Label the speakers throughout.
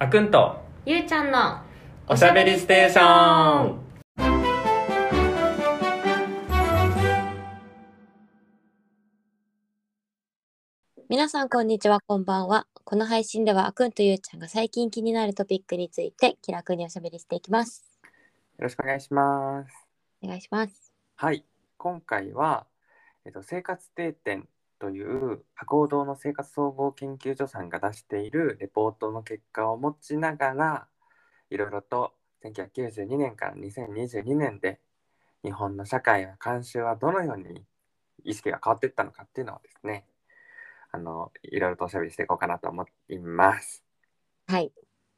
Speaker 1: あくんと
Speaker 2: ゆうちゃんの
Speaker 1: おしゃべりステーション
Speaker 2: 皆さんこんにちはこんばんはこの配信ではあくんとゆうちゃんが最近気になるトピックについて気楽におしゃべりしていきます
Speaker 3: よろしくお願いします。
Speaker 2: お願いします
Speaker 3: はい、今回は、えっと、生活定点という博報堂の生活総合研究所さんが出しているレポートの結果を持ちながらいろいろと1992年から2022年で日本の社会や慣習はどのように意識が変わっていったのかっていうのをですねあのいろいろとおしゃべりしていこうかなと思います。
Speaker 2: はい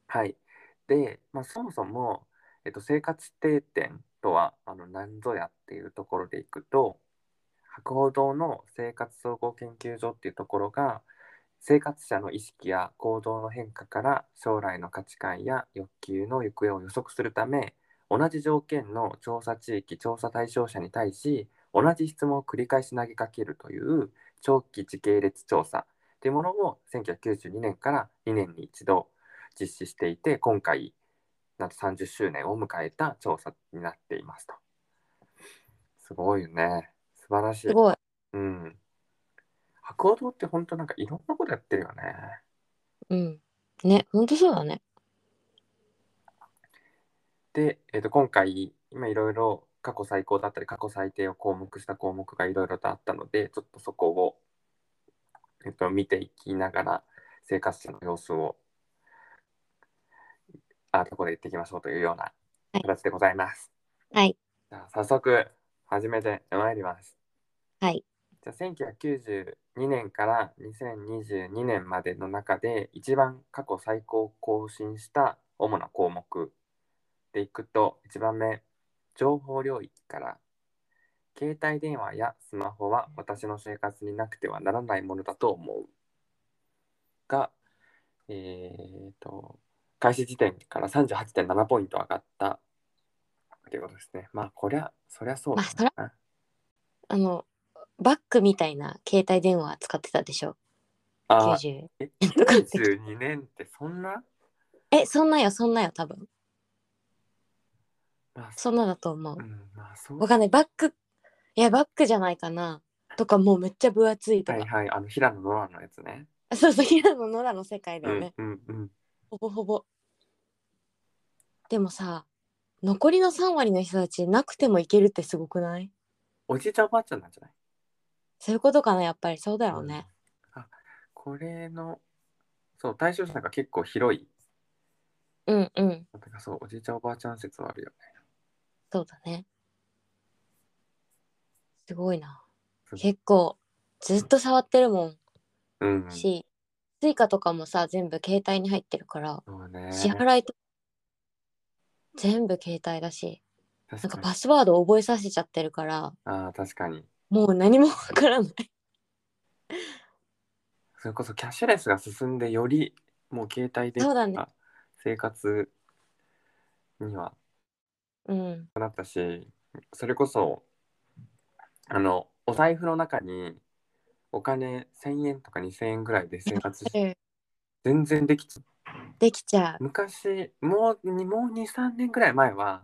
Speaker 3: はい。で、まあ、そもそも、えっと、生活定点とはあの何ぞやっていうところでいくと博報堂の生活総合研究所っていうところが生活者の意識や行動の変化から将来の価値観や欲求の行方を予測するため同じ条件の調査地域調査対象者に対し同じ質問を繰り返し投げかけるという長期時系列調査というものを1992年から2年に一度実施していて今回なんと30周年を迎えた調査になっていますと。すごいよね。素晴らしい
Speaker 2: す。ごい
Speaker 3: うん。博報堂って本当なんかいろんなことやってるよね。
Speaker 2: うんね本当そうだね
Speaker 3: で、えっと今回今いろいろ過去最高だったり過去最低を項目した項目がいろいろとあったのでちょっとそこを、えっと見ていきながら生活者の様子をあとこで言っていきましょうというような形でございます。
Speaker 2: はい
Speaker 3: じゃあ早速始めてまいります。
Speaker 2: はい
Speaker 3: じゃあ1992年から2022年までの中で一番過去最高を更新した主な項目でいくと1番目情報領域から携帯電話やスマホは私の生活になくてはならないものだと思うが、えー、と開始時点から38.7ポイント上がったということですね。まあこりゃそりゃそうだ
Speaker 2: まあそり
Speaker 3: な。
Speaker 2: あのバッグみたいな携帯電話使ってたでしょ
Speaker 3: あー
Speaker 2: 90
Speaker 3: え
Speaker 2: とかって
Speaker 3: 92年ってそんな
Speaker 2: えそんなよそんなよ多分
Speaker 3: まあ、
Speaker 2: そんなだと思う
Speaker 3: うん、まあ、そう。
Speaker 2: わかんないバッグいやバッグじゃないかなとかもうめっちゃ分厚いと
Speaker 3: は
Speaker 2: か、
Speaker 3: いはい、あの、平野ノラのやつね。
Speaker 2: そうそう平野ノラの世界だ
Speaker 3: う
Speaker 2: よ
Speaker 3: ん
Speaker 2: ね、、
Speaker 3: うん、うん。
Speaker 2: ほぼほぼでもさ残りの3割の人たちなくてもいけるってすごくない
Speaker 3: おじいちゃんおばあちゃんなんじゃない
Speaker 2: そういうことかなやっぱりそうだよね、
Speaker 3: うんあ、これの、そう、対象者が結構広い。
Speaker 2: うん、うん
Speaker 3: だからそう、おじいちゃんおばあちゃん説はあるよね。
Speaker 2: そうだねすごいな
Speaker 3: すごい
Speaker 2: 結構ずっと触ってるも
Speaker 3: うん、うんん。
Speaker 2: し、スイカとかもさ全部携帯に入ってるから
Speaker 3: そうね。
Speaker 2: 支払いと全部携帯だしな
Speaker 3: 確
Speaker 2: んか
Speaker 3: か
Speaker 2: パ
Speaker 3: に。
Speaker 2: スワード覚えさせちゃってるから
Speaker 3: ああ、確かに。
Speaker 2: もう何もわからない
Speaker 3: それこそキャッシュレスが進んで、より、もう携帯で
Speaker 2: そうだね
Speaker 3: 生活には
Speaker 2: うん
Speaker 3: なったしそれこそあのお財布の中にお金1,000円とか2,000円ぐらいで生活して全然できち
Speaker 2: できちゃう
Speaker 3: 昔もうにもう23年ぐらい前は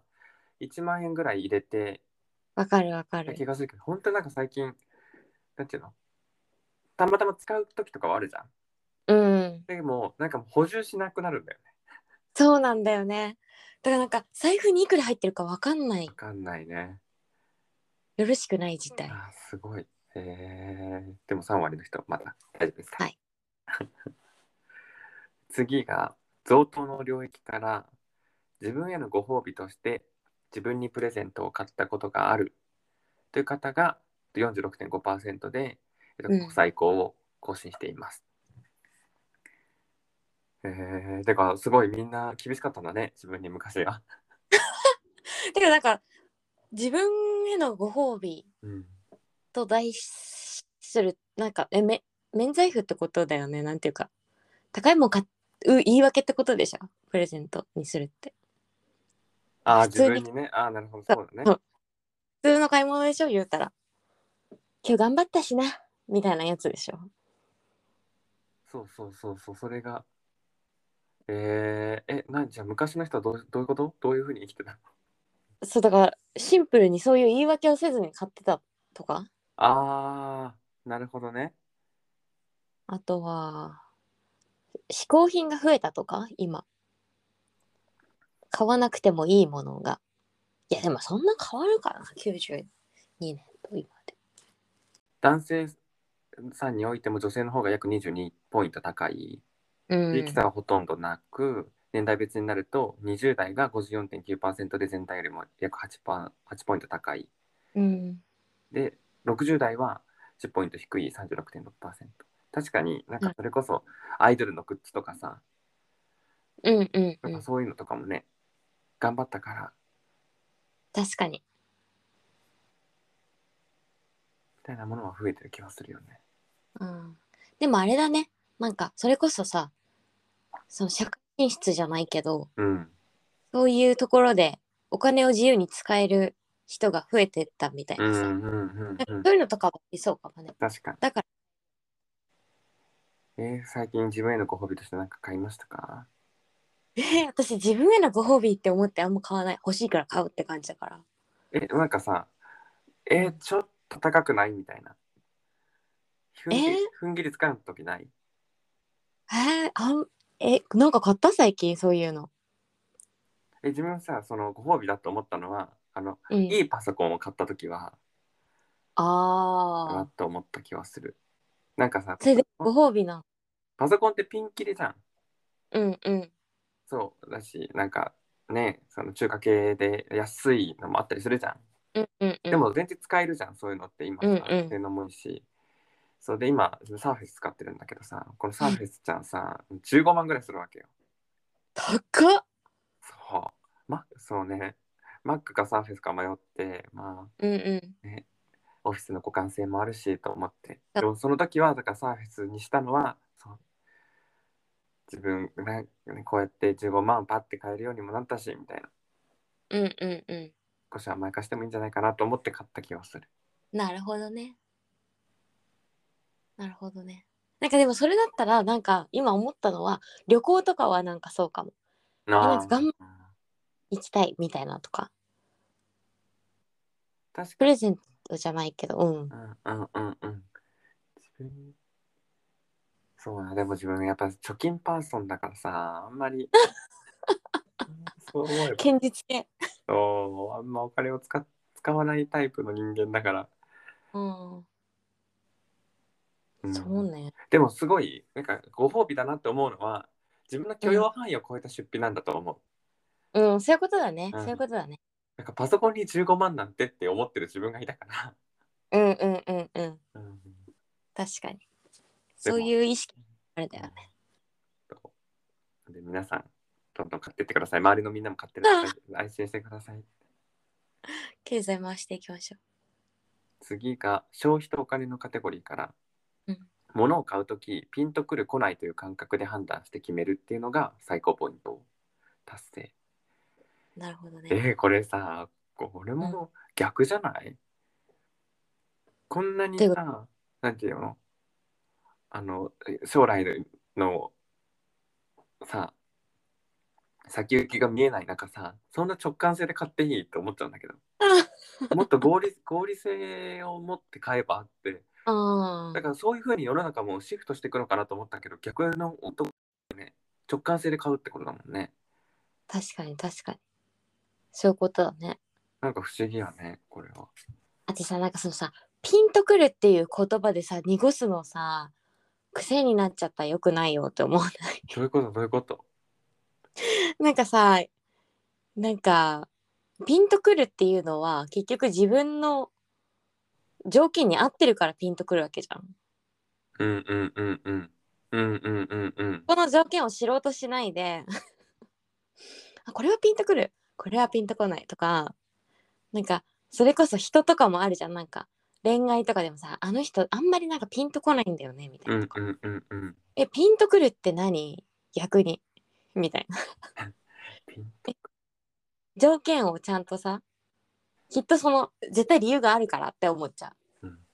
Speaker 3: 1万円ぐらい入れて
Speaker 2: わかるわか
Speaker 3: た
Speaker 2: る
Speaker 3: 気がするけど本当なんか最近なんていうのたまたま使う時とかはあるじゃん
Speaker 2: うん
Speaker 3: でもなんかもう補充しなくなるんだよね
Speaker 2: そうなんだよねだからなんか財布にいくら入ってるかわかんない
Speaker 3: わかんないね
Speaker 2: よろしくない事態
Speaker 3: あーすごい。えーでも3割の人まだ大丈夫ですか。
Speaker 2: はい
Speaker 3: 次が贈答の領域から自分へのご褒美として自分にプレゼントを買ったことがあるという方が46.5%で、えっと
Speaker 2: うん
Speaker 3: 過去最高を更新しています。えー、てかすごいみんな厳しかったんだね自分に昔 は。
Speaker 2: だからなんか自分へのご褒美
Speaker 3: うん、
Speaker 2: と題するなんかえめ免罪符ってことだよねなんていうか高いもん買う言い訳ってことでしょプレゼントにするって
Speaker 3: あー
Speaker 2: 普
Speaker 3: 自
Speaker 2: 通に
Speaker 3: 分にねあーなるほどそうだね。
Speaker 2: そう普通の買い物でしょ言うたら今日頑張ったしなみたいなやつでしょ
Speaker 3: そうそうそうそうそれがえなじゃあ昔の人はどうどういうことどういうふうに生きてたの
Speaker 2: そうだからシンプルにそういう言い訳をせずに買ってたとか
Speaker 3: あーなるほどね
Speaker 2: あとは嗜好品が増えたとか今買わなくてもいいものがいやでもそんな変わるかな92年と今で
Speaker 3: 男性さんにおいても女性の方が約22ポイント高い
Speaker 2: うん
Speaker 3: 利き差はほとんどなく年代別になると20代が54.9%で全体よりも約 8, パー8ポイント高い
Speaker 2: うん
Speaker 3: で60代は10ポイント低い36.6%確かになんかそれこそアイドルのグッズとかさ、
Speaker 2: うんうんう
Speaker 3: なん
Speaker 2: ん
Speaker 3: かそういうのとかもね頑張ったから
Speaker 2: 確かに
Speaker 3: みたいなものは増えてる気がするよね
Speaker 2: うんでもあれだねなんかそれこそさその社会進出じゃないけど
Speaker 3: うん
Speaker 2: そういうところでお金を自由に使える人が増えてったみたい
Speaker 3: うん
Speaker 2: な
Speaker 3: う
Speaker 2: さ、
Speaker 3: んうんうん
Speaker 2: そういうのとかはありそうかもね
Speaker 3: 確かに
Speaker 2: だから
Speaker 3: えー最近自分へのご褒美として何か買いましたか
Speaker 2: えー私自分へのご褒美って思ってあんま買わない欲しいから買うって感じだから
Speaker 3: えなんかさえーちょっと高くないみたいなふんぎり,、
Speaker 2: えー
Speaker 3: ふんぎりつかむ時ない
Speaker 2: えーあんえなんか買った最近そういうの、
Speaker 3: え自分さそのご褒美だと思ったのはあの、
Speaker 2: うん、
Speaker 3: いいパソコンを買った時はな
Speaker 2: ああ
Speaker 3: と思った気はするなんかさ
Speaker 2: それでご褒美な
Speaker 3: パソコンってピンキリじゃん
Speaker 2: うんうん
Speaker 3: そうだしなんかねその中華系で安いのもあったりするじゃん
Speaker 2: うんうんうん
Speaker 3: でも全然使えるじゃん、そういうのって今さ、
Speaker 2: うんうん
Speaker 3: そういうのもいいし。そうで今、サーフェス使ってるんだけどさ、このサーフェスちゃんさ、15万ぐらいするわけよ。
Speaker 2: 高っ
Speaker 3: そう。ま、そうね。マックかサーフェスか迷って、まあ、
Speaker 2: うんうん
Speaker 3: オフィスの互換性もあるしと思って。
Speaker 2: あ
Speaker 3: でもその時は、だからサーフェスにしたのは、そう自分が、ね、こうやって15万パッて買えるようにもなったし、みたいな。
Speaker 2: うんうんうん
Speaker 3: 少し甘やかしてもいいんじゃないかなと思って買った気がする。
Speaker 2: なるほどね。なるほどね。なんかでもそれだったらなんか今思ったのは旅行とかはなんかそうかも
Speaker 3: な
Speaker 2: なんか頑行きたいみたいなとか
Speaker 3: 確か
Speaker 2: プレゼントじゃないけどうん
Speaker 3: うんうんうんうん。自分そうな、でも自分やっぱ貯金パーソンだからさ、あんまり。 そう思えば
Speaker 2: 堅実系
Speaker 3: そうあんまお金を使っ使わないタイプの人間だから。
Speaker 2: うん、
Speaker 3: うん
Speaker 2: そうね
Speaker 3: でもすごい、なんかご褒美だなって思うのは、自分の許容範囲を超えた出費なんだと思う。
Speaker 2: うんそういうことだね、
Speaker 3: うん
Speaker 2: そういうことだね
Speaker 3: なんかパソコンに15万なんてって思ってる自分がいたか
Speaker 2: うんうんうんうん
Speaker 3: ら。うん、
Speaker 2: 確かにそういう意識あれだよね
Speaker 3: そうで皆さん、どんどん買ってってください。周りのみんなも買ってるから安心してください。
Speaker 2: 経済回していきましょ
Speaker 3: 次が消費とお金のカテゴリーから、
Speaker 2: うん
Speaker 3: 物を買うときピンとくる来ないという感覚で判断して決めるっていうのが最高ポイント達成、
Speaker 2: うなるほどね
Speaker 3: えーこれさこれも逆じゃない、こんなに
Speaker 2: どういう
Speaker 3: さなんていうのあの将来のさ先行きが見えない中さそんな直感性で買っていいと思っちゃうん だけど
Speaker 2: あ
Speaker 3: もっと合理合理性を持って買えばって
Speaker 2: あ
Speaker 3: だからそういうふうに世の中もシフトしていくのかなと思ったけど逆の男ね直感性で買うってことだもんね
Speaker 2: 確かに確かにそういうことだね
Speaker 3: なんか不思議やねこれは
Speaker 2: あとさなんかそのさピンとくるっていう言葉でさ濁すのさ癖になっちゃったらよくないよって思わない
Speaker 3: どういうことどういうこと
Speaker 2: なんかさなんかピンとくるっていうのは結局自分の条件に合ってるからピンとくるわけじゃん。
Speaker 3: うんうんうんうんうんうんうんうん
Speaker 2: この条件を知ろうとしないで あこれはピンとくるこれはピンとこないとかなんかそれこそ人とかもあるじゃんなんか恋愛とかでもさあの人あんまりなんかピンとこないんだよねみたいな
Speaker 3: う。んうんうんうん
Speaker 2: えピンとくるって何逆にみたいな
Speaker 3: ピン
Speaker 2: 条件をちゃんとさきっとその絶対理由があるからって思っちゃう、
Speaker 3: うん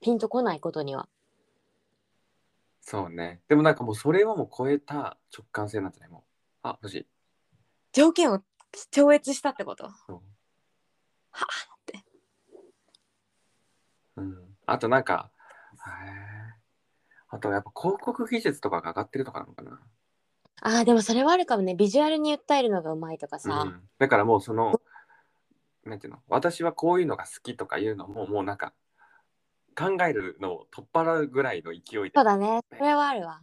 Speaker 2: ピンとこないことには
Speaker 3: そうねでもなんかもうそれはもう超えた直感性なんじゃないもうあ欲しい
Speaker 2: 条件を超越したってこと
Speaker 3: そう
Speaker 2: はあって
Speaker 3: うん、あとなんか、へえあとやっぱ広告技術とかが上がってるとかなのかな。
Speaker 2: あーでもそれはあるかもねビジュアルに訴えるのがうまいとかさ、
Speaker 3: うん、だからもうその、なんていうの、私はこういうのが好きとかいうのも、もうなんか、考えるのを取っ払うぐらいの勢いで。
Speaker 2: そうだねそれはあるわ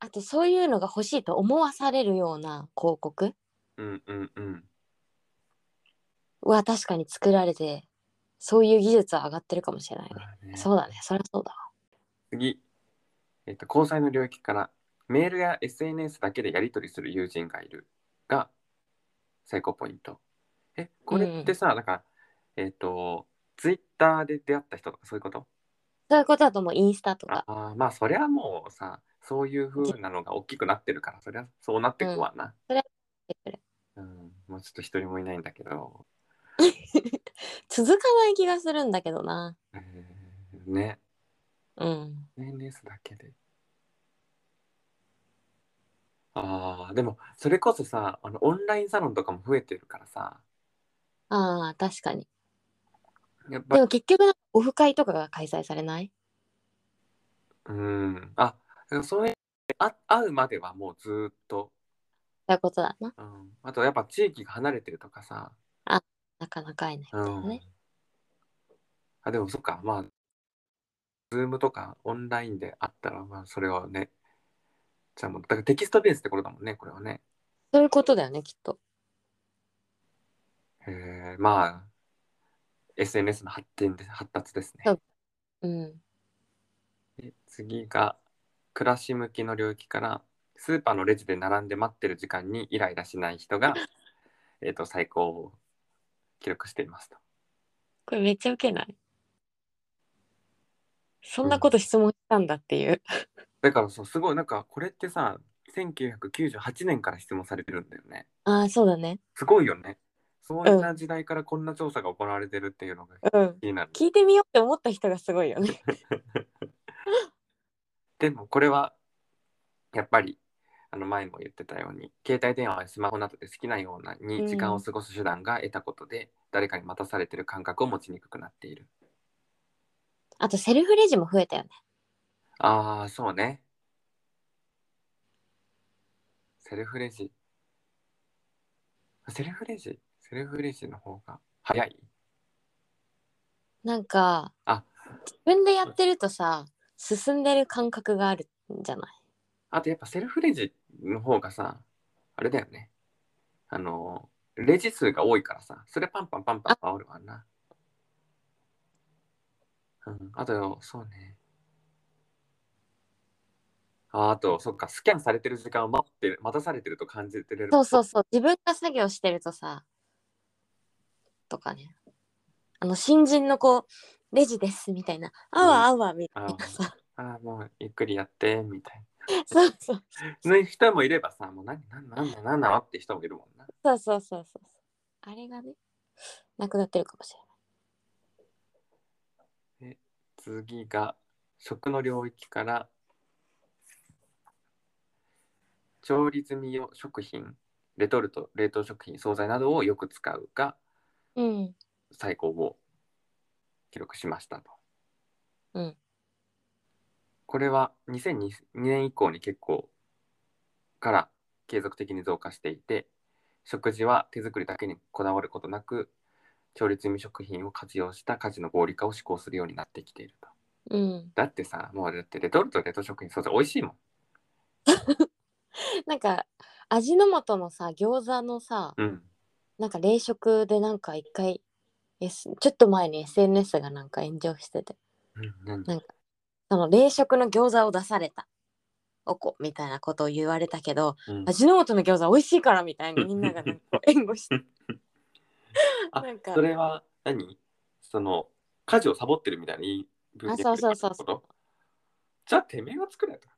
Speaker 2: あとそういうのが欲しいと思わされるような広告
Speaker 3: うんうんうん。
Speaker 2: は確かに作られてそういう技術は上がってるかもしれないねそうだねそりゃそうだ
Speaker 3: 次、えっと、交際の領域から、メールや SNS だけでやり取りする友人がいるが、最高ポイント。え、これってさ、だから、えっと、ツイッターで出会った人とかそういうこと
Speaker 2: そういうことだともうインスタと
Speaker 3: あ
Speaker 2: か
Speaker 3: あーまあそりゃもうさそういう風なのが大きくなってるからそりゃそうなってくわな、うんもうちょっと一人もいないんだけど、
Speaker 2: 続かない気がするんだけどな
Speaker 3: えー、ね
Speaker 2: うん
Speaker 3: SNS だけであーでもそれこそさあのオンラインサロンとかも増えてるからさ
Speaker 2: あー確かに
Speaker 3: やっ
Speaker 2: で
Speaker 3: ぱ
Speaker 2: も結局オフ会とかが開催されない
Speaker 3: うんあだからそれあ会うまではもうずーっと、
Speaker 2: そういうことだな
Speaker 3: うん、あとやっぱ地域が離れてるとかさ
Speaker 2: なかなか会えないみたいな
Speaker 3: うん
Speaker 2: ね、
Speaker 3: あでもそっかまあズームとかオンラインであったらまあそれはねじゃあもうだからテキストベースってことだもんねこれはね
Speaker 2: そういうことだよねきっと
Speaker 3: へえまあ SNS の発展で発達ですね
Speaker 2: そううん
Speaker 3: で次が暮らし向きの領域からスーパーのレジで並んで待ってる時間にイライラしない人がえっと最高を記録していますと
Speaker 2: これめっちゃウケないそんなこと質問したんだっていう、
Speaker 3: だからそうすごいなんかこれってさ1998年から質問されてるんだよね
Speaker 2: ああそうだね
Speaker 3: すごいよね。そういった時代からこんな調査が行われてるっていうのが
Speaker 2: うん
Speaker 3: 気になる。
Speaker 2: 聞いてみようって思った人がすごいよね
Speaker 3: でもこれはやっぱりあの前も言ってたように携帯電話やスマホなどで好きなような
Speaker 2: う
Speaker 3: に
Speaker 2: ん
Speaker 3: 時間を過ごす手段が得たことで、誰かに待たされてる感覚を持ちにくくなっている。
Speaker 2: あとセルフレジも増えたよね
Speaker 3: ああそうね。セルフレジ。セルフレジセルフレジの方が早い
Speaker 2: なんか
Speaker 3: あ
Speaker 2: 自分でやってるとさ進んでる感覚があるんじゃない
Speaker 3: あとやっぱセルフレジの方がさ、あれだよね。あの、レジ数が多いからさ、それパンパンパンパン煽るわな。うん、あと、そうね。ああと、そっか、スキャンされてる時間を待ってる、待たされてると感じてる。
Speaker 2: そうそうそう自分が作業してるとさとかねあの新人の子レジですみたいなあわあわみたいなさ、
Speaker 3: ああ、もうゆっくりやって、みたい
Speaker 2: そうそう
Speaker 3: な。そういう人もいればさ、もう何、何、何、何、何なのって人もいるもんな。
Speaker 2: そうそうそうそうあれがねなくなってるかもしれない
Speaker 3: 次が食の領域から調理済み用食品レトルト冷凍食品惣菜などをよく使うが
Speaker 2: うん
Speaker 3: 最高を記録しましたと、
Speaker 2: うん
Speaker 3: これは2002年以降に結構から継続的に増加していて食事は手作りだけにこだわることなく調理済み食品を活用した家事の合理化を施行するようになってきていると。
Speaker 2: うん
Speaker 3: だってさ、もうだってレトルト、レト食品、そうそう、美味しいもん。
Speaker 2: なんか味の素のさ餃子のさ
Speaker 3: うん。
Speaker 2: なんか冷食でなんか一回 S ちょっと前に SNS がなんか炎上してて
Speaker 3: うん、
Speaker 2: なんかその冷食の餃子を出されたおこみたいなことを言われたけど
Speaker 3: うん
Speaker 2: 味の素の餃子美味しいからみたいにみんながなんかこう援護して
Speaker 3: あ
Speaker 2: なんか
Speaker 3: それは何その、家事をサボってるみたいない分
Speaker 2: あそうそうそうそう
Speaker 3: じゃあ、てめえが作れと。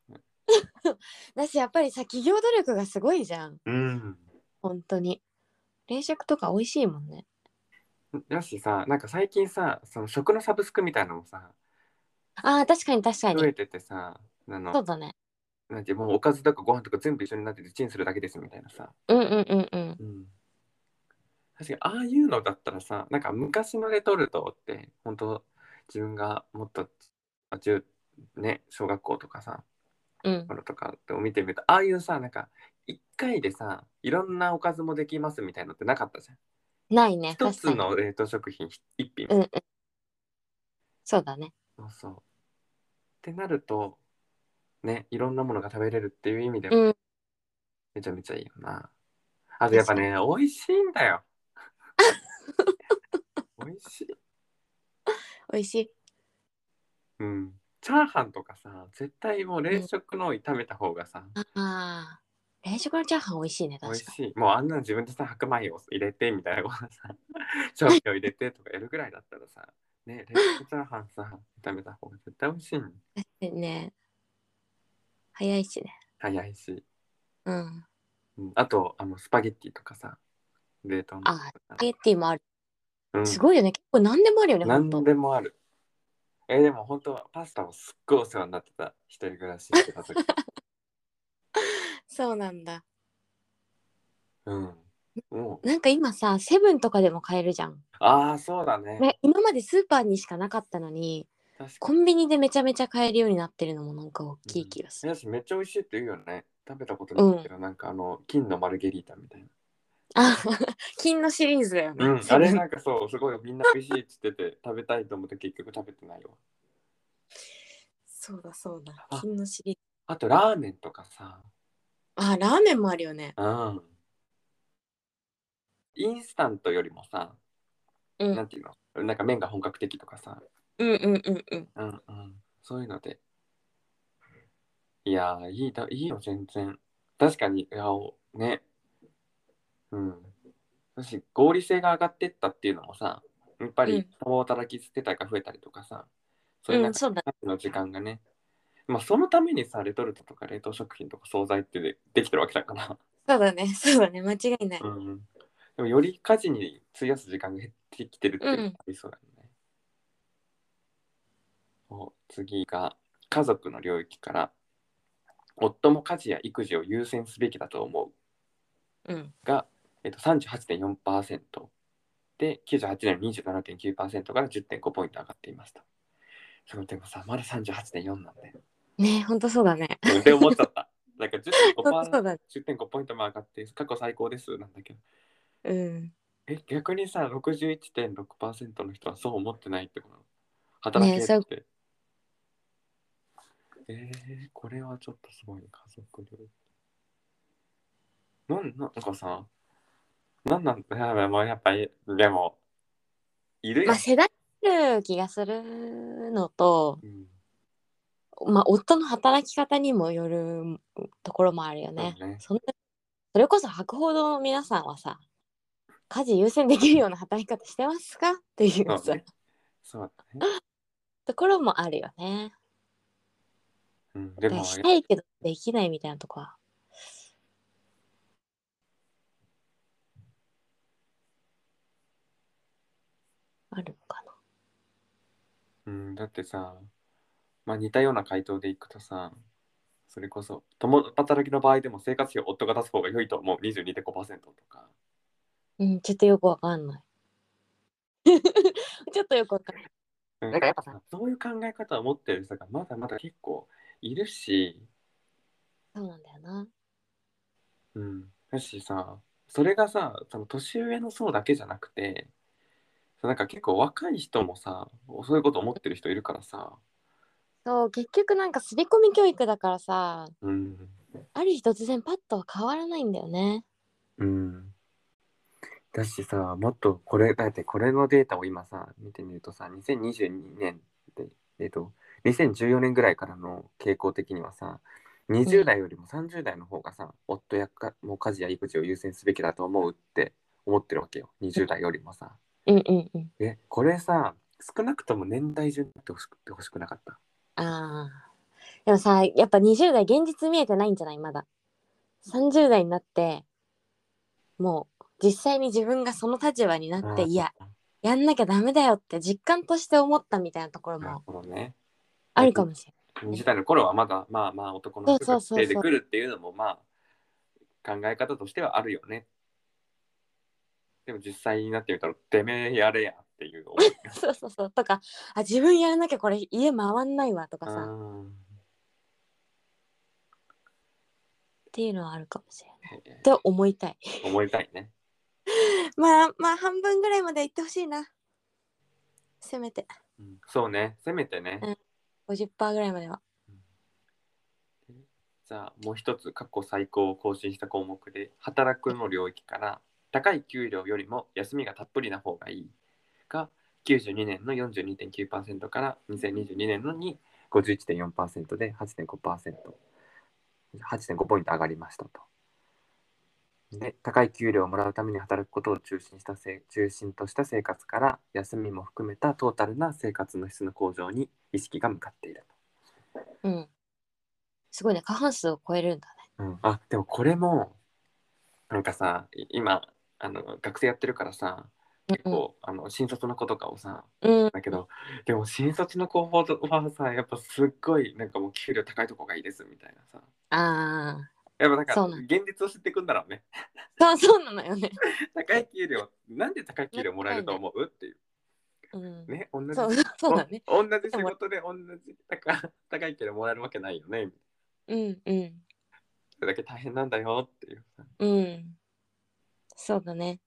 Speaker 2: だしやっぱりさ企業努力がすごいじゃん
Speaker 3: うん。
Speaker 2: 本当に冷食とか美味しいもんね
Speaker 3: だしさ、なんか最近さ、その食のサブスクみたいなのもさ、
Speaker 2: あー確かに確か
Speaker 3: 増
Speaker 2: に
Speaker 3: えててさ、あ
Speaker 2: そう
Speaker 3: の、
Speaker 2: だね
Speaker 3: なんていうもうおかずとかご飯とか全部一緒になっててチンするだけですみたいなさ、
Speaker 2: うんうんうんうん
Speaker 3: うん、確かにああいうのだったらさなんか昔のレトルトって本当自分がもっとあ中ね小学校とかさ
Speaker 2: うん
Speaker 3: 頃とかを見てみるとああいうさなんか一回でさいろんなおかずもできますみたいなのってなかったじゃん
Speaker 2: ないね
Speaker 3: 一
Speaker 2: 確か
Speaker 3: つ
Speaker 2: に
Speaker 3: の冷凍食品一品
Speaker 2: うんうんそうだね
Speaker 3: そうそう。ってなると、ね、いろんなものが食べれるっていう意味で
Speaker 2: う
Speaker 3: も
Speaker 2: ん、
Speaker 3: めちゃめちゃいいよな。あとやっぱね、美味しいん だよ。美味しい。
Speaker 2: 美味しい
Speaker 3: うん。チャーハンとかさ、絶対もう冷食の炒めた方がさ、
Speaker 2: あー冷食のチャーハン美味しいね
Speaker 3: 美
Speaker 2: 確
Speaker 3: 味
Speaker 2: かに
Speaker 3: しい。もうあんなの自分でさ、白米を入れてみたいなことさ、 調味料入れてとかやるぐらいだったらさ、ね、冷食チャーハンさ、炒めた方が絶対美味しいの。
Speaker 2: ね早いしね
Speaker 3: 早いし。
Speaker 2: うん
Speaker 3: うんあとあのスパゲッティとかさ冷凍の
Speaker 2: あスパゲッティもある
Speaker 3: うん、
Speaker 2: すごいよね結構何でもあるよねほんと
Speaker 3: 何でもあるえーでも本当はパスタもすっごいお世話になってた一人暮らししてた時
Speaker 2: そうなんだ
Speaker 3: うんもう
Speaker 2: なんか今さセブンとかでも買えるじゃん、
Speaker 3: ああそうだね
Speaker 2: ね、今までスーパーにしかなかったのに
Speaker 3: 確か
Speaker 2: コンビニでめちゃめちゃ買えるようになってるのもなんか大
Speaker 3: に
Speaker 2: きい気がす
Speaker 3: う
Speaker 2: る、
Speaker 3: ん私めっちゃ美味しいって言うよね食べたことないけど、なんかあの金のマルゲリータみたい
Speaker 2: あ 金のシリーズだよね、
Speaker 3: な、うん、
Speaker 2: セ
Speaker 3: あ
Speaker 2: ブン
Speaker 3: れなんかそうすごいみんな美味しいっつってて食べたいと思って結局食べてないよ
Speaker 2: そうだそうだ
Speaker 3: あ
Speaker 2: 金のシリーズ
Speaker 3: あとラーメンとかさ
Speaker 2: あラーメンもあるよね
Speaker 3: うんインスタントよりもさ、
Speaker 2: うん
Speaker 3: なんていうのなんか麺が本格的とかさ、
Speaker 2: うんうんうんうん
Speaker 3: うんうん、そういうので。いやー、いいだ、いいよ、全然。確かに、いや、おね。うん。私、合理性が上がってったっていうのもさ、やっぱ
Speaker 2: うん
Speaker 3: り、働き捨てたが増えたりとかさ、そうういうんなんか、
Speaker 2: そうだ
Speaker 3: の時間がね。まあ、そのためにさ、レトルトとか冷凍食品とか惣菜ってでできてるわけだから。
Speaker 2: そうだねそうだね間違いない、
Speaker 3: うん。でも、より家事に費やす時間が減ってきてるっていうのがありそうだよね。お次が、家族の領域から、夫も家事や育児を優先すべきだと思う
Speaker 2: うん、
Speaker 3: が、えっと、38.4%で、98年の27.9%から10.5ポイント上がっていました。そうでもさ、まだ38.4なんだ よ。
Speaker 2: ねえほんとそうだね
Speaker 3: うんって思っちゃった。なんか
Speaker 2: ほんと そうだ
Speaker 3: 10.5%
Speaker 2: ね
Speaker 3: 10.5ポイントも上がって、過去最高ですなんだけど。
Speaker 2: うん
Speaker 3: え逆にさ61.6%の人はそう思ってないってことなの働けって、えー、これはちょっとすごいね家族料理なんなんかさなんなんだやばいもうやっぱりでもいるよ、
Speaker 2: まあ世代ある気がするのと
Speaker 3: うん
Speaker 2: まあ、夫の働き方にもよるところもあるよね。
Speaker 3: そうね
Speaker 2: そんなそれこそ博報堂の皆さんはさ家事優先できるような働き方してますかっていう
Speaker 3: そう
Speaker 2: さ
Speaker 3: ねそうだね、
Speaker 2: ところもあるよね。
Speaker 3: うん、でも
Speaker 2: したいけどできないみたいなとこは。あるのかな。
Speaker 3: うん、だってさ、まあ、似たような回答でいくとさ、それこそ、共働きの場合でも生活費を夫が出す方が良いと思う22.5%とか、
Speaker 2: うん、ちょっとよくわかんない。 ちょっとよくわかんない。
Speaker 3: うん
Speaker 2: なんかやっぱ
Speaker 3: さそういう考え方を持ってる人がまだまだ結構いるし、
Speaker 2: そうなんだよな。
Speaker 3: うん、だしさ、それがさ、その年上の層だけじゃなくて、なんか結構若い人もさ、そういうこと思ってる人いるからさ、
Speaker 2: そう結局なんか刷り込み教育だからさ
Speaker 3: うん、
Speaker 2: ある日突然パッとは変わらないんだよね。
Speaker 3: うん。だしさ、もっとこれ、だってこれのデータを今さ、見てみるとさ、2022年で、えっと、2014年ぐらいからの傾向的にはさ、20代よりも30代の方がさ、夫やかもう家事や育児を優先すべきだと思うって思ってるわけよ。20代よりもさ。
Speaker 2: うんうんうん。
Speaker 3: え、これさ、少なくとも年代順になってほしくてほしくなかった。
Speaker 2: あーでもさやっぱ20代現実見えてないんじゃないまだ。30代になってもう実際に自分がその立場になって
Speaker 3: うん
Speaker 2: いややんなきゃダメだよって実感として思ったみたいなところ
Speaker 3: なる
Speaker 2: も
Speaker 3: ほどね。
Speaker 2: あるかもしれ
Speaker 3: 20代の頃はまだまあまあ男の人
Speaker 2: そ
Speaker 3: が
Speaker 2: うそうそうそう
Speaker 3: 出てくるっていうのもまあ考え方としてはあるよねでも実際になってみたらてめえやれやっていう思い が
Speaker 2: そうそうそうとかあ自分やらなきゃこれ家回んないわとかさ、っ
Speaker 3: うん
Speaker 2: ていうのはあるかもしれないって思いたい
Speaker 3: 思いたいね
Speaker 2: まあまあ半分ぐらいまで行ってほしいなせめて
Speaker 3: うんそうねせめてね
Speaker 2: うん50%ぐらいまでは
Speaker 3: じゃあもう一つ過去最高を更新した項目で働くの領域から高い給料よりも休みがたっぷりな方がいいが92年の42.9%から2022年のに51.4%で8.5%。8.5ポイント上がりましたと。で高い給料をもらうために働くことを中心したせ中心とした生活から休みも含めたトータルな生活の質の向上に意識が向かっている
Speaker 2: うんすごいね過半数を超えるんだね
Speaker 3: うん、あでもこれもなんかさい今あの学生やってるからさ結構、あの新卒の子とかをさ
Speaker 2: うん、
Speaker 3: だけどでも新卒の子はさやっぱすっごいなんかもう給料高いとこがいいですみたいなさ
Speaker 2: ああ
Speaker 3: やっぱなんか
Speaker 2: そうなん
Speaker 3: 現実を知ってくんだろうね
Speaker 2: そうそうなのよね、
Speaker 3: 高い給料なんで高い給料もらえると思うっていう
Speaker 2: うん、
Speaker 3: ね同じ
Speaker 2: そうそうだね
Speaker 3: お同じ仕事で同じ高高い給料もらえるわけないよね
Speaker 2: うんうん
Speaker 3: それだけ大変なんだよっていう
Speaker 2: うん。そうだね。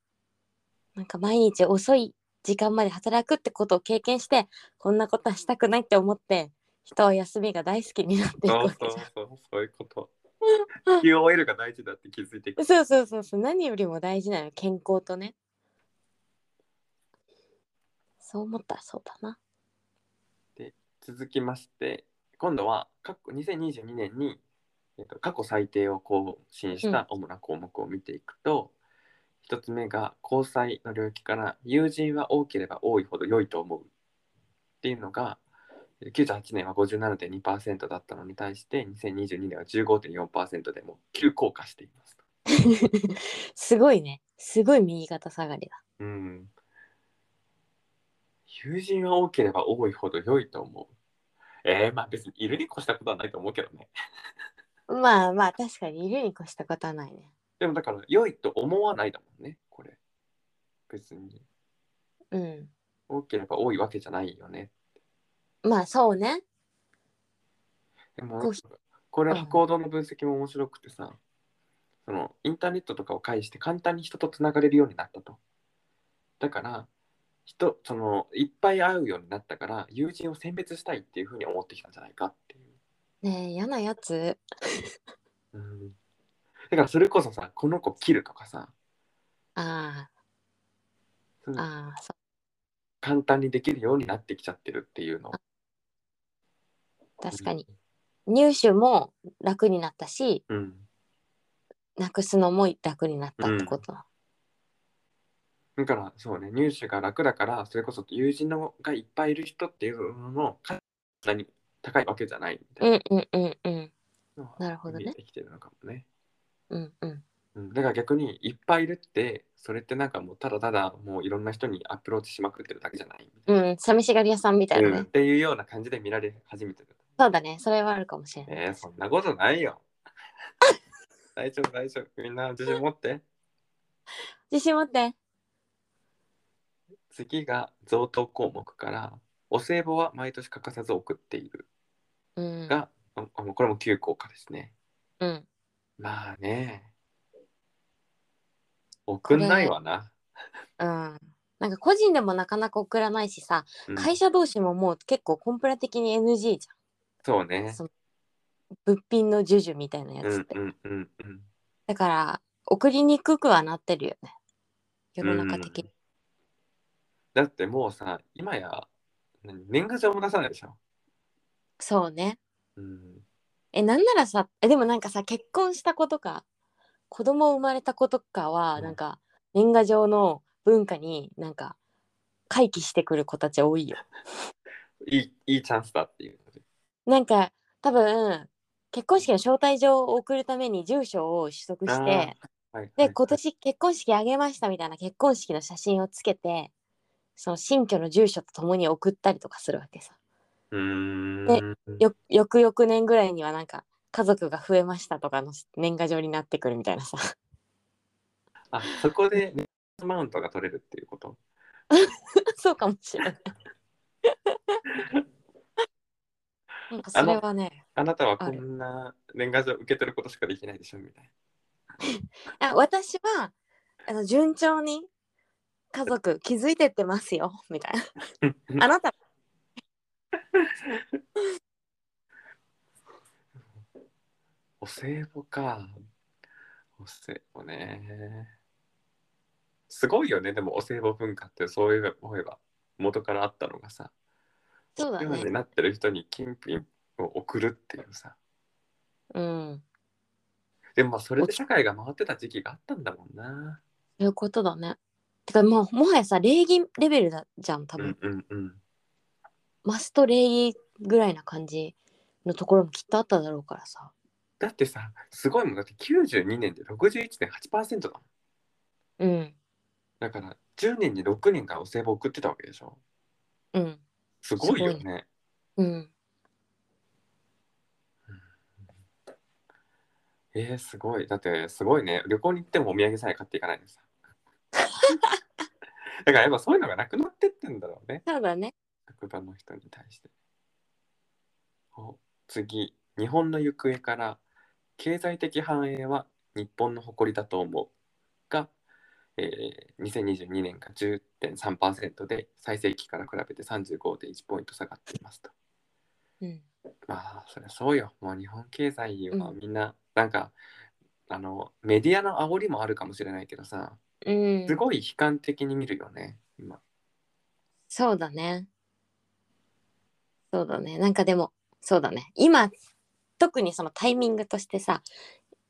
Speaker 2: なんか毎日遅い時間まで働くってことを経験して、こんなことはしたくないって思って、人は休みが大好きになっていく
Speaker 3: そう
Speaker 2: わ
Speaker 3: そ
Speaker 2: け
Speaker 3: う
Speaker 2: じゃ
Speaker 3: そうそういうこと QOL が大事だって気づいてく
Speaker 2: ん。そうそうそうそう。何よりも大事なのは健康とね。そう思ったらそうだな。
Speaker 3: 続きまして今度は過去2022年に、えっと、過去最低を更新した主な項目を見ていくと、一つ目が交際の領域から友人は多ければ多いほど良いと思うっていうのがえー98年は57.2%だったのに対して2022年は15.4%でもう急降下しています。
Speaker 2: すごいね。すごい右肩下がりだ。
Speaker 3: うん、友人は多ければ多いほど良いと思う。えー、まあ別にいるに越したことはないと思うけどね。
Speaker 2: まあまあ確かにいるに越したことはないね。
Speaker 3: でもだから良いと思わないだもんね、これ。別に
Speaker 2: うん。
Speaker 3: 多ければ多いわけじゃないよね。
Speaker 2: まあそうね。
Speaker 3: でも
Speaker 2: コーヒ
Speaker 3: これ
Speaker 2: うん
Speaker 3: は行動の分析も面白くてさ、そのインターネットとかを介して簡単に人とつながれるようになったと。だから人そのいっぱい会うようになったから友人を選別したいっていうふうに思ってきたんじゃないかっていう。
Speaker 2: ねえ嫌なやつ。
Speaker 3: うんだからそれこそさこの子切るとかさ
Speaker 2: あ
Speaker 3: そういう
Speaker 2: あ、
Speaker 3: の
Speaker 2: ああ、そ
Speaker 3: 簡単にできるようになってきちゃってるっていうの
Speaker 2: う。確かに。入手も楽になったし
Speaker 3: うん
Speaker 2: なくすのも楽になったってことな、
Speaker 3: だからそうね入手が楽だからそれこそ友人のがいっぱいいる人っていうのの価値がそんなに高いわけじゃないみた
Speaker 2: う
Speaker 3: い
Speaker 2: ん、うんうんうん
Speaker 3: なのは
Speaker 2: なるほど
Speaker 3: 見え
Speaker 2: ね
Speaker 3: てきてるのかもね、
Speaker 2: うんうん
Speaker 3: うん、だから逆にいっぱいいるってそれってなんかもうただただもういろんな人にアプローチしまくってるだけじゃないみたいな、
Speaker 2: うん寂しがり屋さんみたいなね、
Speaker 3: うんっていうような感じで見られ始めてる
Speaker 2: そうだねそれはあるかもしれない、
Speaker 3: えー、そんなことないよ。 大丈夫、大丈夫。みんな自信持って。
Speaker 2: 自信持って
Speaker 3: 次が贈答項目から、お歳暮は毎年欠かさず送っている
Speaker 2: うん
Speaker 3: が、ああもうこれも9項下ですね。
Speaker 2: うん
Speaker 3: まあね。送んないわな。
Speaker 2: うんなんか個人でもなかなか送らないしさ、
Speaker 3: うん
Speaker 2: 会社同士ももう結構コンプラ的に NG じ
Speaker 3: そう
Speaker 2: ゃん
Speaker 3: ね。
Speaker 2: その物品の授受みたいなや
Speaker 3: う
Speaker 2: つっ
Speaker 3: ん
Speaker 2: て、
Speaker 3: うんうんうん。
Speaker 2: だから送りにくくはなってるよね世の中的に、
Speaker 3: だってもうさ、今や何年賀状も出さないでしょ。
Speaker 2: そうね
Speaker 3: うん、
Speaker 2: えなんならさえでもなんかさ結婚した子とか子供生まれた子とかは、
Speaker 3: うん
Speaker 2: なんか年賀状の文化になんか回帰してくる子たち多いよ
Speaker 3: いいいいチャンスだっていう。
Speaker 2: なんか多分結婚式の招待状を送るために住所を取得
Speaker 3: あ
Speaker 2: し
Speaker 3: ー
Speaker 2: て
Speaker 3: はいは
Speaker 2: で
Speaker 3: い
Speaker 2: 今年結婚式あげましたみたいな結婚式の写真をつけてその新居の住所とともに送ったりとかするわけさ
Speaker 3: ううーん。
Speaker 2: よ翌々年ぐらいにはなんか家族が増えましたとかの年賀状になってくるみたいなさ
Speaker 3: あ、そこでマウントが取れるっていうこと
Speaker 2: そうかもしれ ないなんかそれはね
Speaker 3: あなたはこんな年賀状受け取ることしかできないでしょみたい
Speaker 2: あ私はあの順調に家族気づいてってますよみたいなあ
Speaker 3: な。
Speaker 2: なた
Speaker 3: お歳暮か。お歳暮ね。すごいよね、でもお歳暮文化ってそういう思えば元からあったのがさ、
Speaker 2: そうだ
Speaker 3: 今に
Speaker 2: ね
Speaker 3: なってる人に金品を送るっていうさ。
Speaker 2: うん
Speaker 3: でもまあそれで社会が回ってた時期があったんだもんな。
Speaker 2: そういうことだねてかもうもはやさ礼儀レベルだじゃん多
Speaker 3: う
Speaker 2: 分、
Speaker 3: んうんうん。
Speaker 2: マスト礼儀ぐらいな感じのところもきっとあっただろうからさ
Speaker 3: だってさ、すごいもんだって92年で61.8%だもん。
Speaker 2: うん
Speaker 3: だから10年に6人がお歳暮送ってたわけでしょ。
Speaker 2: うん
Speaker 3: すごいよ
Speaker 2: すごい
Speaker 3: ね。
Speaker 2: うん
Speaker 3: えー、すごい。だってすごいね。旅行に行ってもお土産さえ買っていかないの さ。だからやっぱそういうのがなくなってってんだろうね。
Speaker 2: そうだね
Speaker 3: 職場の人に対して。お次、日本の行方から経済的繁栄は日本の誇りだと思うが、えー、2022年が10.3%で最盛期から比べて35.1ポイント下がっていますと。
Speaker 2: うん
Speaker 3: まあそりゃそうよ。もう日本経済は
Speaker 2: うん
Speaker 3: みんな、なんかあのメディアの煽りもあるかもしれないけどさ、
Speaker 2: うん
Speaker 3: すごい悲観的に見るよね。今。
Speaker 2: そうだね。そうだね。なんかでも、そうだね。今、特にそのタイミングとしてさ、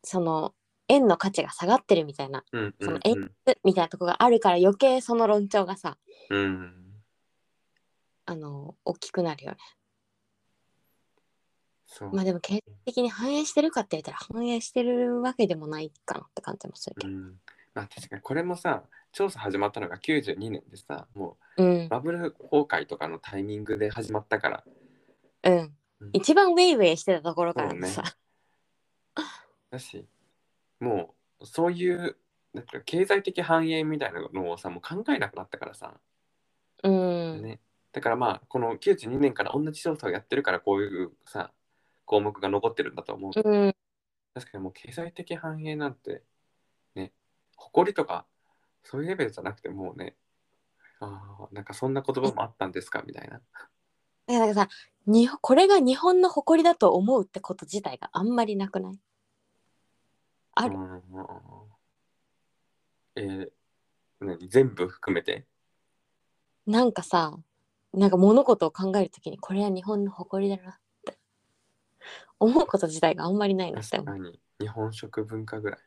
Speaker 2: その円の価値が下がってるみたいな、
Speaker 3: うんう
Speaker 2: その
Speaker 3: ん
Speaker 2: え
Speaker 3: うん。
Speaker 2: みたいなとこがあるから余計その論調がさ、
Speaker 3: うん
Speaker 2: あの、大きくなるよね。
Speaker 3: そう
Speaker 2: まあでも、経済的に反映してるかって言ったら反映してるわけでもないかなって感じもする
Speaker 3: う
Speaker 2: けど。
Speaker 3: ん、まあ確かにこれもさ調査始まったのが92年でさも
Speaker 2: うん
Speaker 3: う、バブル崩壊とかのタイミングで始まったから
Speaker 2: うん。一番ウェイウェイしてたところから
Speaker 3: そう
Speaker 2: の
Speaker 3: ね
Speaker 2: さ、
Speaker 3: だしもうそういうなんか経済的繁栄みたいなのをさもう考えなくなったからさ、
Speaker 2: うん、
Speaker 3: ね、だからまあこの92年から同じ調査をやってるからこういうさ項目が残ってるんだと思うけど
Speaker 2: うん、
Speaker 3: 確かにもう経済的繁栄なんてね誇りとかそういうレベルじゃなくてもうねあーなんかそんな言葉もあったんですかみたいな
Speaker 2: だからさにこれが日本の誇りだと思うってこと自体があんまりなくないある
Speaker 3: うんうんうんえー何全部含めて
Speaker 2: なんかさなんか物事を考えるときにこれは日本の誇りだなって思うこと自体があんまりないなって
Speaker 3: 確
Speaker 2: 思う
Speaker 3: かに日本食文化ぐらい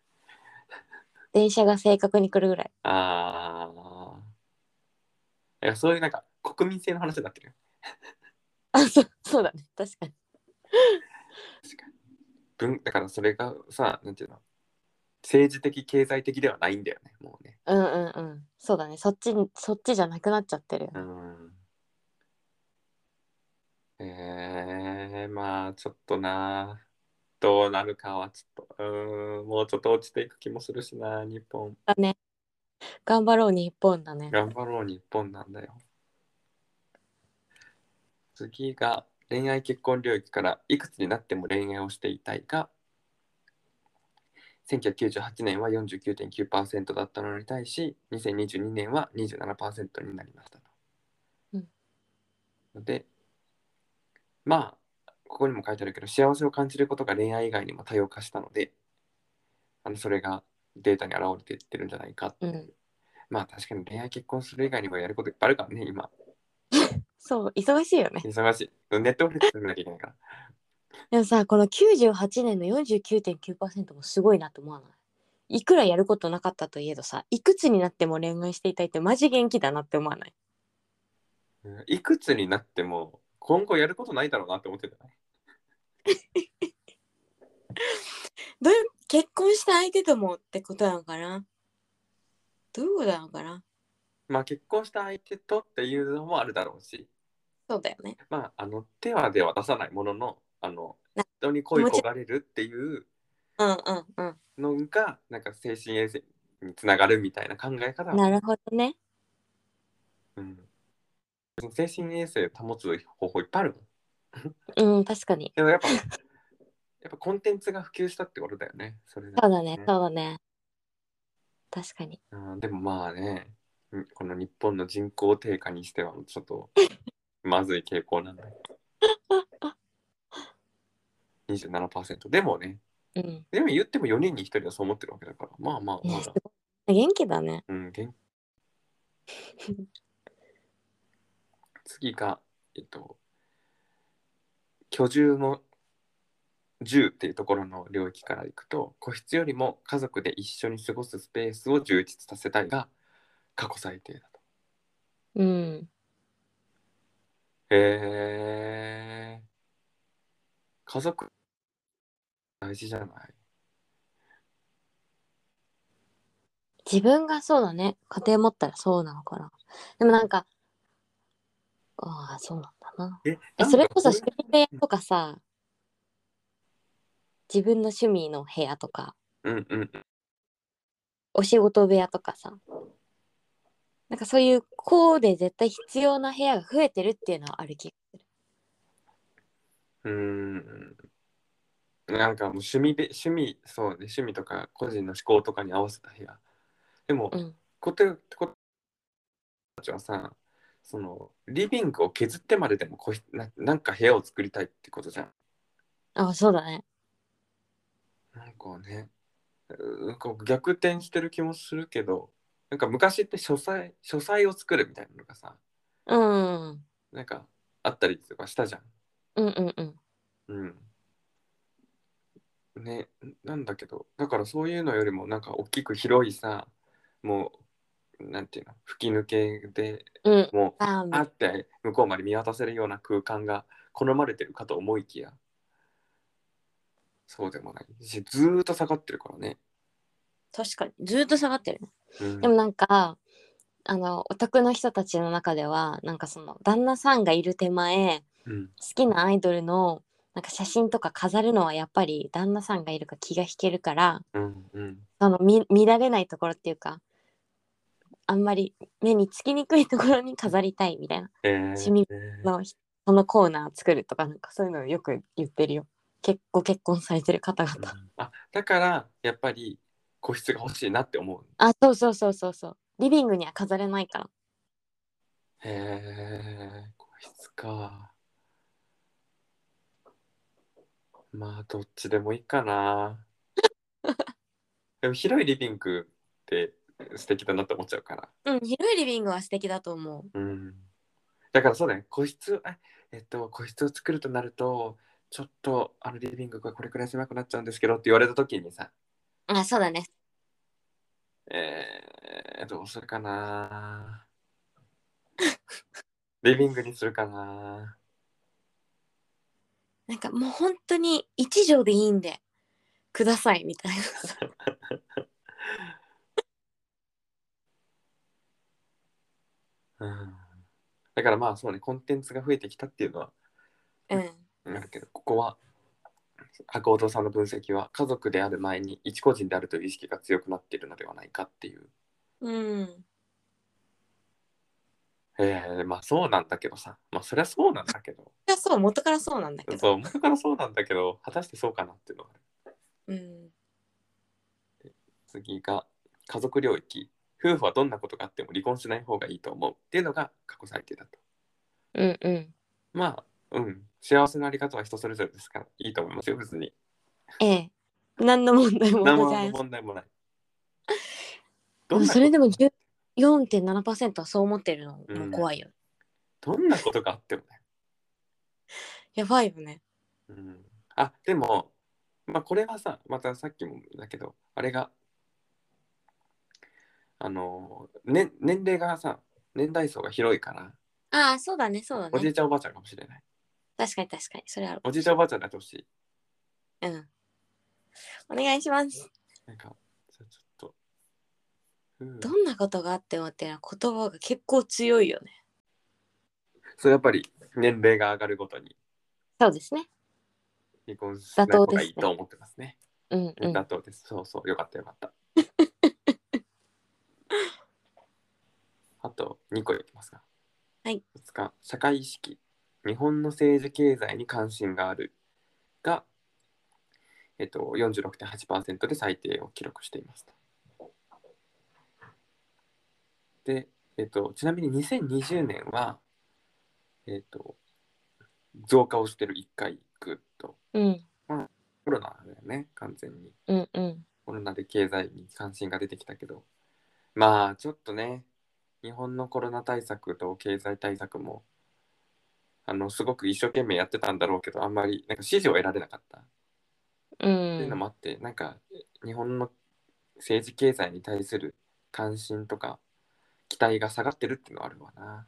Speaker 2: 電車が正確に来るぐらい
Speaker 3: あーいやそういうなんか国民性の話になってる
Speaker 2: あそうそうだね確かに
Speaker 3: 確かに文だからそれがさなんていうの政治的経済的ではないんだよねもうね
Speaker 2: うんうんうんそうだねそっちにそっちじゃなくなっちゃってるよ
Speaker 3: う
Speaker 2: ね
Speaker 3: んえー、まあちょっとなどうなるかはちょっとうーんもうちょっと落ちていく気もするしな日本
Speaker 2: だね頑張ろう日本だね
Speaker 3: 頑張ろう日本なんだよ次が恋愛結婚領域からいくつになっても恋愛をしていたいが1998年は49.9%だったのに対し2022年は27%になりましたと。
Speaker 2: うん
Speaker 3: のでまあここにも書いてあるけど幸せを感じることが恋愛以外にも多様化したのであのそれがデータに表れていってるんじゃないかっていう。
Speaker 2: うん
Speaker 3: まあ確かに恋愛結婚する以外にもやることいっぱいあるからね今
Speaker 2: そう忙しいよね
Speaker 3: 忙しい ネットフリックス見なきゃいけないから
Speaker 2: でもさこの98年の49.9%もすごいなと思わないいくらやることなかったといえどさいくつになっても恋愛していたいってマジ元気だなって思わない
Speaker 3: うんいくつになっても今後やることないだろうなって思ってたね
Speaker 2: どういう結婚した相手ともってことなのかなどういうことなのかな
Speaker 3: まあ結婚した相手とっていうのもあるだろうし
Speaker 2: そうだよね。
Speaker 3: まあ、あの手はでは出さないもののあの
Speaker 2: な
Speaker 3: 人に恋
Speaker 2: 気持ち
Speaker 3: 焦がれるっていう
Speaker 2: うんうんうん。
Speaker 3: のがなんか精神衛生につながるみたいな考え方、
Speaker 2: なるほどね。
Speaker 3: うん、その精神衛生を保つ方法いっぱいあるもん
Speaker 2: うん、確かに。
Speaker 3: でもや っぱやっぱコンテンツが普及したってことだよねそれだけ
Speaker 2: そうだね、そうだね。確かに。
Speaker 3: うん、でもまあねうんこの日本の人口低下にしてはちょっとまずい傾向なんだけど27%でもね
Speaker 2: うん。
Speaker 3: でも言っても4人に1人はそう思ってるわけだからまあまあ
Speaker 2: い
Speaker 3: ま
Speaker 2: や、
Speaker 3: あ
Speaker 2: すごい。元気だね。
Speaker 3: うん、元気次が、えっと、居住の住っていうところの領域からいくと、個室よりも家族で一緒に過ごすスペースを充実させたいが過去最低だと。
Speaker 2: うん。
Speaker 3: へえ。家族大事じゃない
Speaker 2: 自分がそうだね。家庭持ったらそうなのかな。でもなんか、ああ、そうなんだな。
Speaker 3: え
Speaker 2: え、それこそ
Speaker 3: なん
Speaker 2: 趣
Speaker 3: か
Speaker 2: 味部屋とかさ、自分の趣味の部屋とか、
Speaker 3: うんうん
Speaker 2: お仕事部屋とかさ、なんかそういうこうで絶対必要な部屋が増えてるっていうのはある気がする。
Speaker 3: うーん。なんかもう趣味で、趣味、そうね、趣味とか個人の思考とかに合わせた部屋。でも、
Speaker 2: うん
Speaker 3: こてこたちはさ、そのリビングを削ってまででもこひな、なんか部屋を作りたいってことじゃん。
Speaker 2: ああ、そうだね。
Speaker 3: なんかね、うーこう逆転してる気もするけど、なんか昔って書斎、書斎を作るみたいなのがさ、
Speaker 2: うん。うん
Speaker 3: なんかあったりとかしたじゃん。
Speaker 2: うんうん。
Speaker 3: うん。ね、なんだけど、だからそういうのよりも、なんか大きく広いさ、もう、なんていうの、吹き抜けで
Speaker 2: うん。
Speaker 3: もう、
Speaker 2: あ
Speaker 3: あ
Speaker 2: あ、
Speaker 3: って向こうまで見渡せるような空間が好まれてるかと思いきや、そうでもないし、ずーっと下がってるからね。
Speaker 2: 確かに。ずーっと下がってるね。
Speaker 3: うん
Speaker 2: でもなんか、あの、オタクの人たちの中では、なんかその、旦那さんがいる手前、
Speaker 3: うん、
Speaker 2: 好きなアイドルの、なんか写真とか飾るのはやっぱり旦那さんがいるから気が引けるから、
Speaker 3: うん、うん。
Speaker 2: その見見られないところっていうかあんまり目につきにくいところに飾りたいみたいな
Speaker 3: えー
Speaker 2: 趣味のひそのコーナー作るとかなんかそういうのよく言ってるよ結ご結婚されてる方々、
Speaker 3: うんあ、だから、やっぱり個室が欲しいなって思う。
Speaker 2: あそうそうそうそうそうリビングには飾れないから
Speaker 3: へえ、個室か。まあ、どっちでもいいかな。 でも広いリビングって素敵だなって思っちゃうから。
Speaker 2: うん広いリビングは素敵だと思う
Speaker 3: うん。だからそうだね、個室、あえっと、個室を作るとなると、ちょっとあのリビングがこれくらい狭くなっちゃうんですけどって言われた時にさ、
Speaker 2: あそうだね
Speaker 3: えー、どうするかな。リビングにするかな。
Speaker 2: なんかもう本当に一畳でいいんでくださいみたいなさ
Speaker 3: うんだからまあそうねコンテンツが増えてきたっていうのは
Speaker 2: うん
Speaker 3: あるけどここは白鸚堂さんの分析は家族である前に一個人であるという意識が強くなっているのではないかっていう
Speaker 2: うん
Speaker 3: ええまあそうなんだけどさまあそりゃそうなんだけど
Speaker 2: いやそう元からそうなんだけど
Speaker 3: そう元からそうなんだけど果たしてそうかなっていうのがある
Speaker 2: うん
Speaker 3: 次が家族領域夫婦はどんなことがあっても離婚しない方がいいと思うっていうのが過去最低だと
Speaker 2: うんうん
Speaker 3: まあうん幸せのあり方は人それぞれですからいいと思いますよ別に
Speaker 2: ええ何の問題も
Speaker 3: 何
Speaker 2: ご
Speaker 3: も
Speaker 2: ざいません
Speaker 3: 問題もない。
Speaker 2: で
Speaker 3: どん
Speaker 2: も
Speaker 3: な
Speaker 2: それ
Speaker 3: こ
Speaker 2: でも4.7%はそう思ってるのも
Speaker 3: うん
Speaker 2: 怖いよ、
Speaker 3: とどんなことがあってもね。
Speaker 2: やばいよね
Speaker 3: うん、あでも、まあ、これはさまたさっきもだけどあれがあの、ね、年齢がさ年代層が広いから
Speaker 2: ああそうだねそうだ
Speaker 3: おじ
Speaker 2: ね
Speaker 3: いちゃんおばあちゃんかもしれない。
Speaker 2: 確かに確かにそれある
Speaker 3: おじいちゃんおばあちゃんだってほしい。
Speaker 2: うんお願いします
Speaker 3: なんかちょちょっと。うん
Speaker 2: どんなことがあってもっていうのは言葉が結構強いよね
Speaker 3: そうやっぱり年齢が上がるごとに
Speaker 2: そうですね。
Speaker 3: 離婚しない方がいい
Speaker 2: 妥当ですね
Speaker 3: と思ってますね。
Speaker 2: うんうん。
Speaker 3: 妥当です。そうそう、よかったよかった。あと2個いきますか。
Speaker 2: はい。
Speaker 3: つか、社会意識。日本の政治経済に関心があるが、えっと、46.8%で最低を記録しています。で、えっと、ちなみに2020年は、えっと、増加をしてる1回ぐっと。
Speaker 2: うん
Speaker 3: コロナだよね、完全に。
Speaker 2: うんうん。
Speaker 3: コロナで経済に関心が出てきたけど、まあちょっとね、日本のコロナ対策と経済対策も、あの、すごく一生懸命やってたんだろうけど、あんまりなんか支持を得られなかったっ
Speaker 2: う
Speaker 3: ていうの
Speaker 2: ん
Speaker 3: もあって、なんか日本の政治経済に対する関心とか期待が下がってるっていうのはあるわな。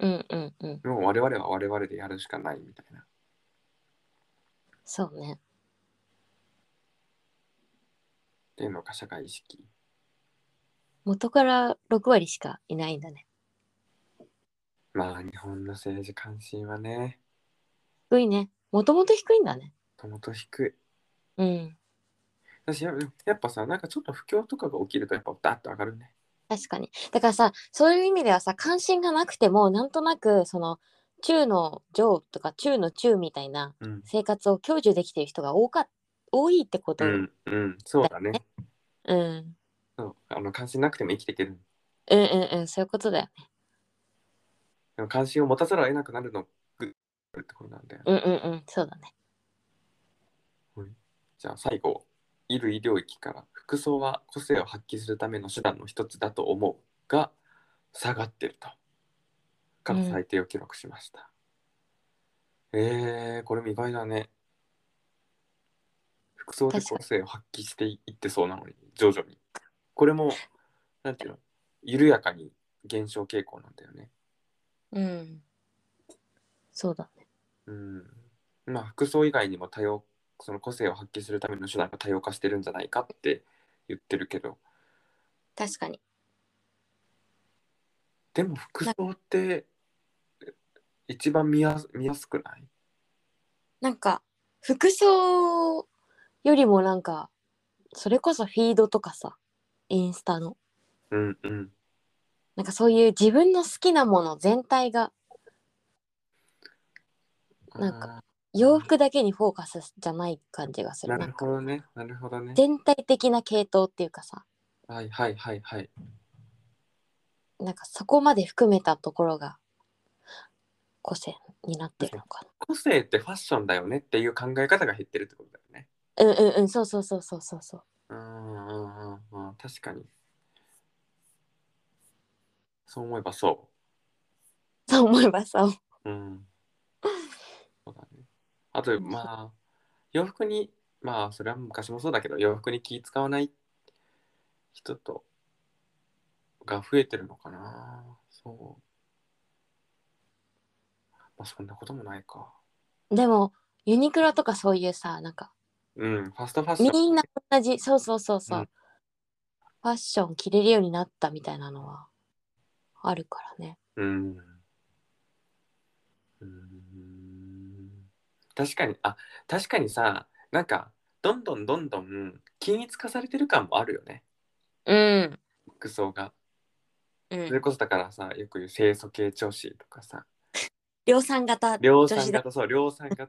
Speaker 2: うんうんうん。
Speaker 3: もう我々は我々でやるしかないみたいな。
Speaker 2: そうね。
Speaker 3: っていうのが社会意識。
Speaker 2: 元から6割しかいないんだね。
Speaker 3: まあ日本の政治関心はね、
Speaker 2: 低いね。もともと低いんだね。
Speaker 3: ともと低い。
Speaker 2: うん。
Speaker 3: 私ややっぱさなんかちょっと不況とかが起きるとやっぱダッと上がるね
Speaker 2: 確かに。だからさ、そういう意味ではさ、関心がなくても、なんとなく、その、中の上とか中の中みたいな
Speaker 3: うん
Speaker 2: 生活を享受できてる人が多か多いってこと。
Speaker 3: う
Speaker 2: うん。
Speaker 3: ん、うん、そうだね
Speaker 2: うん、うん、
Speaker 3: そうあの関心なくても生きていける
Speaker 2: うんうんそういうことだよね。
Speaker 3: でも関心を持たざるを得なくなるのぐってことなんだよ、
Speaker 2: うんうんうん、そうだね。
Speaker 3: じゃあ最後衣類領域から服装は個性を発揮するための手段の一つだと思うが下がってるとから最低を記録しました、えー、これも意外だね服装で
Speaker 2: 確かに
Speaker 3: 個性を発揮していってそうなのに徐々にこれもなんていうの緩やかに減少傾向なんだよね
Speaker 2: うん。そうだね。
Speaker 3: うんまあ服装以外にも多様その個性を発揮するための手段が多様化してるんじゃないかって言ってるけど
Speaker 2: 確かに。
Speaker 3: でも服装って一番見やす見やすくない
Speaker 2: なんか、服装よりもなんか、それこそフィードとかさ、インスタの。
Speaker 3: うんうん
Speaker 2: なんかそういう自分の好きなもの全体がなん
Speaker 3: か
Speaker 2: 洋服だけにフォーカスじゃない感じがする。
Speaker 3: な
Speaker 2: な
Speaker 3: る
Speaker 2: ん
Speaker 3: ほ
Speaker 2: か
Speaker 3: どねなるほどね
Speaker 2: 全体的な系統っていうかさ、
Speaker 3: はいはいはいはい
Speaker 2: なんかそこまで含めたところが個性になってるのか
Speaker 3: 個性ってファッションだよねっていう考え方が減ってるってことだよね
Speaker 2: な。うんうんうん、そうそうそうそうそうそう。
Speaker 3: うんうんうんうん確かにそう思えばそ
Speaker 2: そう思えばさ、
Speaker 3: ううんそうだねあとまあ洋服にまあそれは昔もそうだけど洋服に気使わない人とが増えてるのかなそうまあそんなこともないか
Speaker 2: でもユニクロとかそういうさ、なんか
Speaker 3: うんファストファッション
Speaker 2: みんな同じ、そうそうそうそう、
Speaker 3: うん
Speaker 2: ファッション着れるようになったみたいなのはあるからね。
Speaker 3: うんうーん確かにあ確かにさなんかどんどんどんどん均一化されてる感もあるよね
Speaker 2: うん。
Speaker 3: 服装が
Speaker 2: う
Speaker 3: それ
Speaker 2: ん、
Speaker 3: こそだからさよく言う清楚系女子とかさ
Speaker 2: 量産型
Speaker 3: 量
Speaker 2: 女
Speaker 3: 産
Speaker 2: 子だ。
Speaker 3: 型そう量産型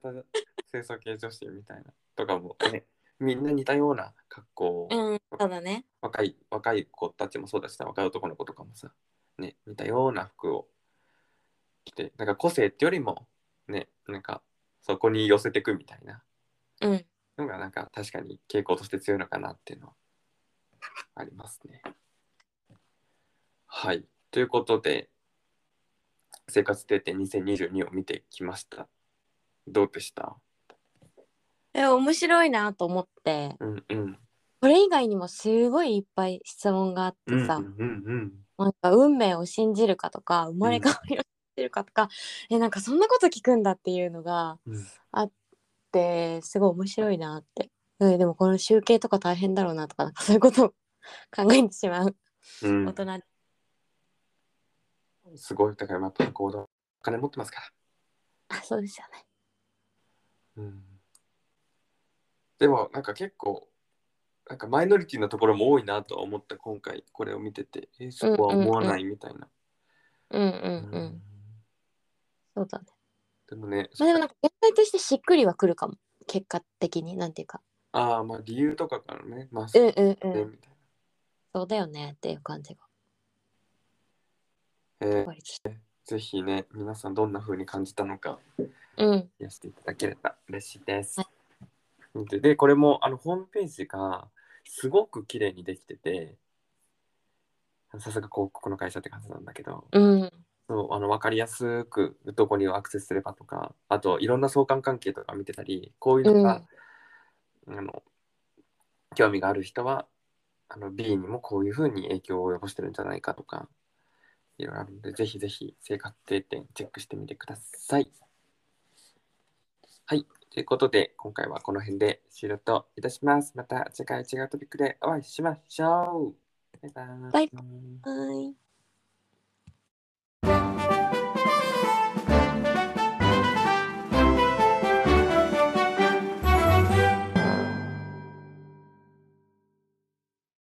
Speaker 3: 清楚系女子みたいなとかもねみんな似たような格好を、
Speaker 2: うん、そうだね。
Speaker 3: 若い若い子たちもそうだしさ若い男の子とかもさね似たような服を着てなんか個性ってよりもねなんかそこに寄せてくみたいな
Speaker 2: うん。
Speaker 3: のがなんか確かに傾向として強いのかなっていうのはありますね。はいということで「生活定点2022」を見てきました。どうでした
Speaker 2: え、面白いなと思って。
Speaker 3: うんうん
Speaker 2: これ以外にもすごいいっぱい質問があっ
Speaker 3: うんう
Speaker 2: てさ、
Speaker 3: んうん
Speaker 2: なんか運命を信じるかとか生まれ変わりを信じるかとか、えなんかそんなこと聞くんだっていうのが
Speaker 3: うんうん
Speaker 2: あってすごい面白いなって、うん、でもこの集計とか大変だろうなとかなんかそういうことを考えてしまう
Speaker 3: うん
Speaker 2: 大人、
Speaker 3: すごいだからやっぱ行動お金持ってますから
Speaker 2: あそうですよね
Speaker 3: うんでもなんか結構なんかマイノリティなところも多いなとは思った今回これを見ててえそこは思わないみたいな。
Speaker 2: うん
Speaker 3: う
Speaker 2: うんうん、
Speaker 3: ん
Speaker 2: そうだね
Speaker 3: でもね、
Speaker 2: まあでもなんか全体としてしっくりはくるかも結果的になんていうか
Speaker 3: ああまあ理由とかからね、まあ、
Speaker 2: うん
Speaker 3: ね
Speaker 2: うんうん
Speaker 3: みたい
Speaker 2: そうだよねっていう感じが
Speaker 3: なえ
Speaker 2: や
Speaker 3: ー
Speaker 2: っぱりして
Speaker 3: ぜひね皆さんどんな風に感じたのか
Speaker 2: うん
Speaker 3: やしていただければ嬉しいです。ででこれもあのホームページがすごく綺麗にできててさすが広告の会社って感じなんだけど。
Speaker 2: うん
Speaker 3: そうあの分かりやすくどこにアクセスすればとかあといろんな相関関係とか見てたりこういうのが、あの興味がある人はあの B にもこういうふうに影響を及ぼしてるんじゃないかとかいろいろあるのでぜひぜひ生活定点チェックしてみてください。はいということで今回はこの辺で終了といたします。また次回違うトピックでお会いしましょう。バイバー
Speaker 2: バイはーい